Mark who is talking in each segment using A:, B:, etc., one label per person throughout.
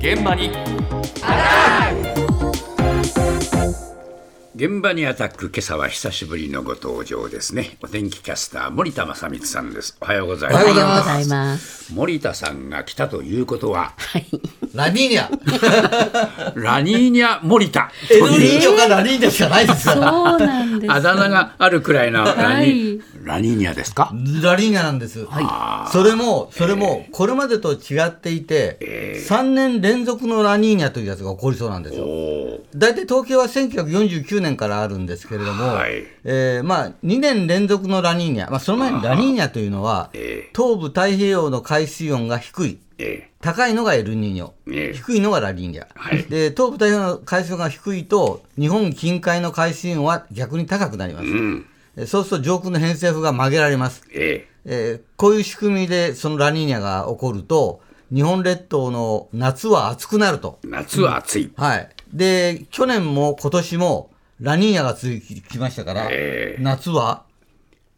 A: 現場に
B: 現場にアタック今朝は久しぶりのご登場ですねお天気キャスター森田正光さんですおはようござい
C: お
B: ま
C: は
B: す
C: ようござい
D: おはよう
C: ま
D: ござい
C: す。
D: ます。
B: 森田さんが来たということは
C: ラニーニャ。
B: ラニーニャ森田
C: エルニーニョがラニーニャしかないですか
D: そう
C: ら。
D: なんです。
B: あだ名があるくらいのラニ,、
D: はい
B: ラニーニャですか
C: ラニーニャなんです。それも、それも、これまでと違っていて、3年連続のラニーニャというやつが起こりそうなんですよ。大体統計は1949年からあるんですけれども、
B: はい
C: えーまあ、2年連続のラニーニャ、まあ、その前にラニーニャというのは、
B: え
C: 東部太平洋の海水温が低い、
B: え
C: 高いのがエルニーニョ、
B: ええ
C: 低いのがラニーニャ、
B: はい
C: で東部太平洋の海水温が低いと、日本近海の海水温は逆に高くなります、
B: ん
C: えそうすると上空の偏西風が曲げられます、
B: ええ
C: えーこういう仕組みでそのラニーニャが起こると、日本列島の夏は暑くなると、
B: え夏は暑い、
C: はい、で去年も今年もラニーニャが続きましたから、
B: ええ
C: 夏は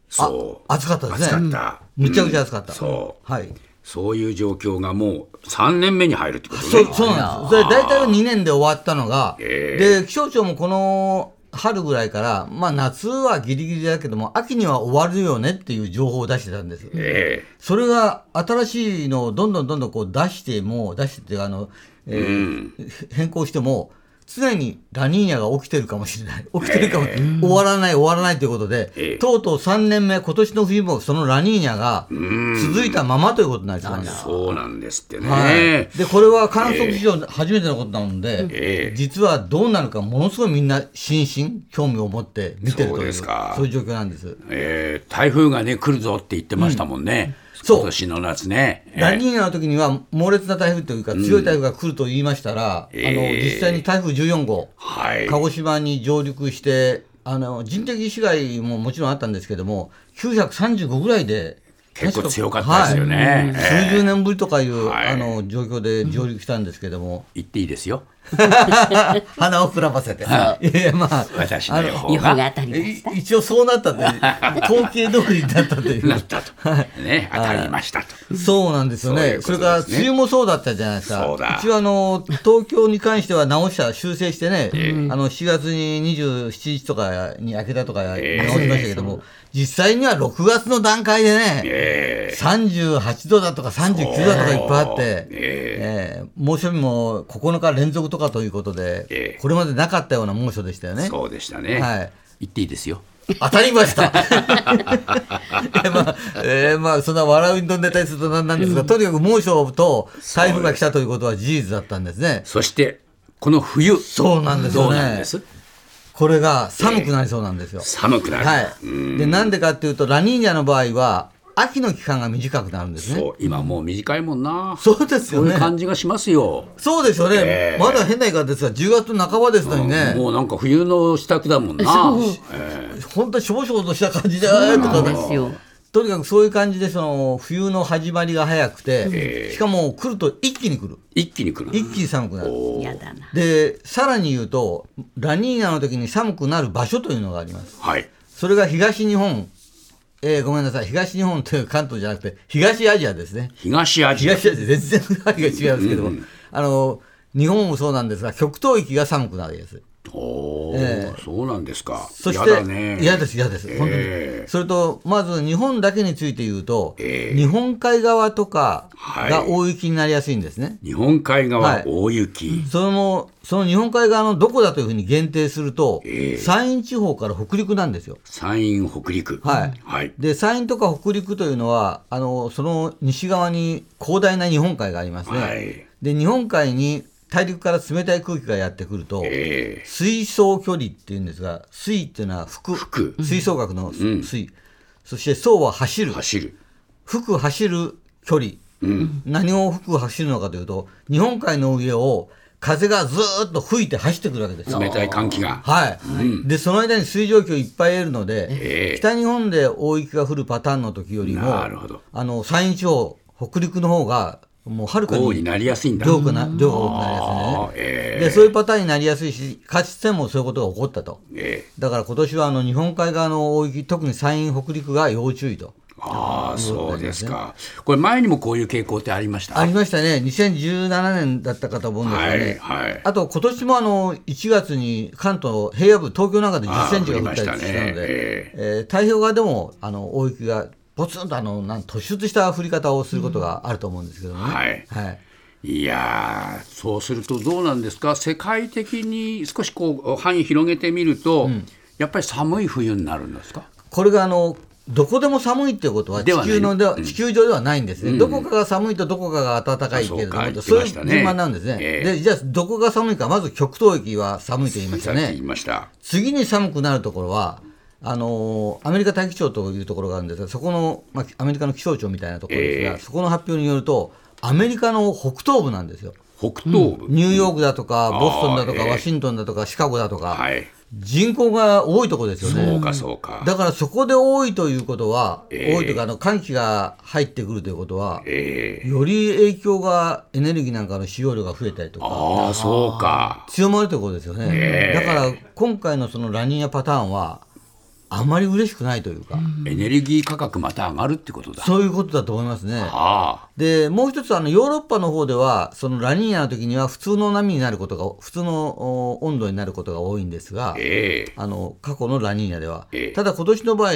B: そう
C: 暑かったですね。
B: 暑かった
C: むちゃくちゃ暑かった。
B: そう
C: はい。
B: そういう状況がもう3年目に入るってことね
C: そうそうなんです。それ大体2年で終わったのが、
B: え
C: で気象庁もこの春ぐらいから、まあ、夏はギリギリだけども、秋には終わるよねっていう情報を出してたんです。
B: え
C: それが新しいのをどんどんどんどんこう出しても、出してっていうかあの、え
B: えう
C: ー
B: ん
C: 変更しても、常にラニーニャが起きてるかもしれない、 起きてるかも、終わらない、終わらないということで、
B: ええ
C: とうとう3年目、今年の冬もそのラニーニャが続いたままということになりそうなんです。
B: そうなんですってね、
C: はい、でこれは観測史上初めてのことなので、
B: ええ
C: 実はどうなるか、ものすごいみんな、心身、興味を持って見てる
B: そう
C: とい
B: で
C: う、
B: す
C: そう
B: か
C: いう状況なんです。
B: えー台風がね来るぞって言ってましたもんね、
C: そう
B: 今年の夏ね、えー
C: ラニーニャの時には、猛烈な台風というか、強い台風が来ると言いましたら、
B: え
C: あの
B: え
C: 実際に台風14号、
B: はい
C: 鹿児島に上陸して、あの人的被害ももちろんあったんですけども、935ぐらいで、
B: 結構強かったですよね
C: はい
B: うん
C: 数十年ぶりとかいう、
B: はい
C: あの状況で上陸したんですけども、
B: 言っていいですよ
C: 鼻を膨らませて。いや、まあ、
B: 私の予報
D: 予報
B: が
D: が当たりまし
C: い一応そうなった という、統計通りになったとい
B: な
C: う
B: っ。たと、ね当たりましたと
C: そうなんですよ
B: そういう
C: ね。
B: こ
C: そ
B: とですね
C: れから、梅雨もそうだったじゃないですか。
B: そうだ
C: 一応、あの、東京に関しては直した、修正してね、あの、4月に27日とかに明けたとか直
B: え
C: しましたけども、実際には6月の段階でね、
B: え
C: 38度だとか39度だとかいっぱいあって、えー猛暑日も9日連続とかということ
B: え
C: で
B: え、
C: これまでなかったような猛暑でしたよ
B: ー
C: ね。
B: そうでしたね、
C: はい
B: 言っていいですよ
C: 当たりました えまあ、えーまあ、そんな笑いのネタにするとなんなんですが、とにかく猛暑と台風が来たということは事実だったんですね。
B: そしてこの冬
C: そうなんですよ
B: どう
C: ね
B: なんです
C: これが寒くなりそうなんですよ。
B: 寒くなる、
C: はい。で、なんでかっていうと、ラニーニャの場合は、秋の期間が短くなるんですね。
B: そう今もう短いもんな
C: そうです
B: そ
C: よ
B: うい
C: ね
B: う。感じがしますよ、
C: そうですよね、
B: ええ
C: まだ変な言い方ですが、10月の半ばですのにね、
B: もうなんか冬の支度だもんな
C: 本当にしょぼしょぼとした感じで、あーと
D: そ
C: か
D: う
C: ね
D: ですよ。
C: とにかくそういう感じで、その冬の始まりが早くて、しかも来ると一気に来る。
B: 一気に来る
C: 一気に寒くなる。
D: やだな。
C: で、さらに言うと、ラニーニャの時に寒くなる場所というのがあります。
B: はい
C: それが東日本、えーごめんなさい、東日本という関東じゃなくて、東アジアですね。
B: 東アジア
C: 東アジア、全然範囲が違いますけども、あの、日本もそうなんですが、極東域が寒くなるやつ。
B: おお、
C: え
B: そうなんですか。
C: そして、
B: やだね。
C: 嫌です、嫌です、本当に
B: ええ
C: それと、まず日本だけについて言うと、
B: ええ
C: 日本海側とか
B: は
C: が
B: い
C: 大雪になりやすいんですね。
B: 日本海
C: は
B: 側
C: い
B: 大雪。
C: それも、その日本海側のどこだというふうに限定すると、
B: ええ
C: 山陰地方から北陸なんですよ。
B: 山陰北陸。
C: はい
B: はい。
C: で、山陰とか北陸というのは、あの、その西側に広大な日本海がありますね。
B: はい
C: で、日本海に大陸から冷たい空気がやってくると、
B: ええ
C: 水槽距離っていうんですが、水っていうのは服、
B: 服
C: 吹奏楽
B: う
C: の
B: ん
C: 水、そして層は走る、
B: 走る。
C: 吹く走る距離、
B: うん。
C: 何を吹く走るのかというと、日本海の上を風がずーっと吹いて走ってくるわけですよ。
B: 冷たい寒気が。
C: はい、でその間に水蒸気をいっぱい得るので、
B: ええ
C: 北日本で大雪が降るパターンの時よりも、
B: なるほど
C: あの山陰地方、北陸の方が、もうはるか
B: 豪雨
C: に
B: になりやすいんだ。
C: 量がな量が多くなりやすいんで
B: あ
C: ね
B: あ、、え
C: でそういうパターンになりやすいし、かつてもそういうことが起こったと、
B: えええ
C: だから今年はあの日本海側の大雪、特に山陰、北陸が要注意と。
B: ああ、そうですか。これ前にもこういう傾向ってありました
C: ありましたね、2017年だったかと思うんですよね、
B: はいはい
C: あと今年もあの1月に関東、平野部、東京なんかで10センチが降ったりしたので、
B: あー降りましたねえ
C: えー太平洋側でもあの大雪がぽつんとあのなん突出した降り方をすることがあると思うんですけどね。
B: はい
C: はい
B: いやーそうするとどうなんですか世界的に少しこう範囲広げてみると、やっぱり寒い冬になるんですか
C: これがあのどこでも寒いってことは
B: で
C: 地
B: はない
C: 球のでは地球上ではないんですね、どこかが寒いとどこかが暖かいけれど
B: あそうか
C: も、そういう
B: 言ってましたね
C: 順番なんですね、
B: ええ
C: でじゃあ、どこが寒いか、まず極東域は寒いと言いまし
B: さ
C: た
B: っき
C: ね、
B: 言いました。
C: 次に寒くなるところは、あのーアメリカ大気象というところがあるんですが、そこの、まあ、アメリカの気象庁みたいなところですが、
B: ええ
C: そこの発表によると、アメリカの北東部なんですよ、
B: 北東部、
C: ニューヨークだとか、ボストンだと
B: あ
C: か、
B: あええ
C: ワシントンだとか、シカゴだとか、
B: はい
C: 人口が多いところですよね。
B: そうかそうか、
C: だからそこで多いということは、
B: ええ
C: 多いというかあの、寒気が入ってくるということは、
B: ええ
C: より影響がエネルギーなんかの使用量が増えたりとか、
B: ああそうか
C: 強まるということですよね、
B: ええ
C: だから今回のそのラニーニャパターンは、あまり嬉しくないというか、
B: エネルギー価格また上がるってことだ
C: そういうことだと思いますね。
B: ああ
C: でもう一つあの、ヨーロッパの方では、そのラニーニャの時には、普通の波になることが、普通のお温度になることが多いんですが、
B: ええ
C: あの過去のラニーニャでは、
B: ええ
C: ただ今年の場合、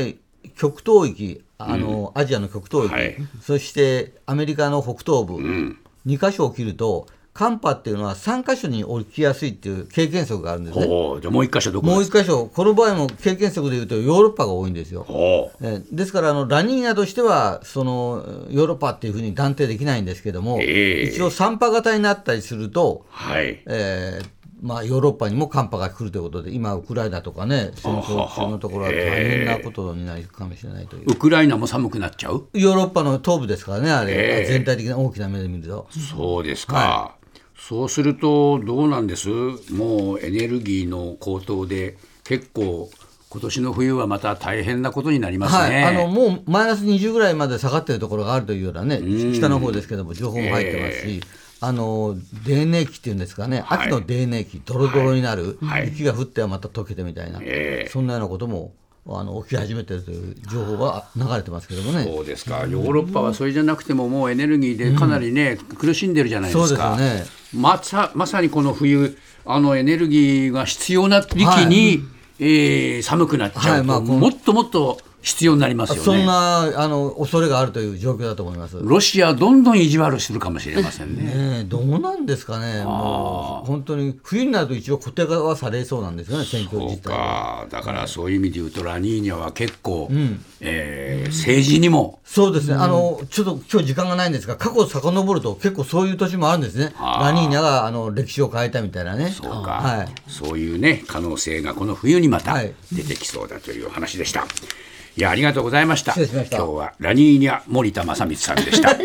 C: 極東域、あのアジアの極東域、
B: はい
C: そしてアメリカの北東部、
B: ん
C: 2箇所起きると、寒波っていうのは3箇所に起きやすいっていう経験則があるんですね、
B: ほうじゃあもう一箇所どこ
C: もう
B: です
C: 1箇所、この場合も経験則でいうと、ヨーロッパが多いんですよ。
B: ほう
C: えーですからあの、ラニーニャとしてはその、ヨーロッパっていうふうに断定できないんですけども、
B: ええ
C: 一応、寒波型になったりすると、
B: はい
C: えーまあ、ヨーロッパにも寒波が来るということで、今、ウクライナとかね、戦争中のところは大変なことになるかもしれないという、
B: ウクライナも寒くなっちゃう
C: ヨーロッパの東部ですからね、あれ、
B: ええ
C: 全体的な大きな目で見ると、
B: そうですか、そうするとどうなんですもうエネルギーの高騰で結構今年の冬はまた大変なことになります
C: はい
B: ね、
C: あのもうマイナス20ぐらいまで下がってるところがあるというようなね、北の方ですけども、情報も入ってますし。あの泥泥期っていうんですかね、
B: はい
C: 秋の泥泥期、ドロドロになる、
B: はい
C: 雪が降ってはまた溶けてみたいな、
B: ええ
C: そんなようなこともあの起き始めてるという情報が流れてますけどもね。
B: そうですかヨーロッパはそれじゃなくてももうエネルギーでかなりね、苦しんでるじゃないですか
C: そうです
B: まさまさにこの冬あのエネルギーが必要な時期に、えー寒くなっちゃうと、
C: はいまあこの
B: もっともっと必要になりますよね
C: そんなあの恐れがあるという状況だと思います。
B: ロシアどんどん意地悪するかもしれませんね
C: ねえ、どうなんですかね、もう本当に冬になると一応固定化はされそうなんですよね、選挙
B: そう
C: 自体
B: か、
C: は。
B: だからそういう意味で言うと、ラニーニャは結構、えー政治にも、
C: そうですね、あのちょっと今日時間がないんですが、過去を遡ると、結構そういう年もあるんですね、
B: あー
C: ラニーニャがあの歴史を変えたみたいなね、
B: そうか、
C: はい、
B: そういうね、可能性がこの冬にまた
C: はい
B: 出てきそうだというお話でした。いや、ありがとうございました。
C: 失礼しました
B: 今日はラニーニャ森田正光さんでした。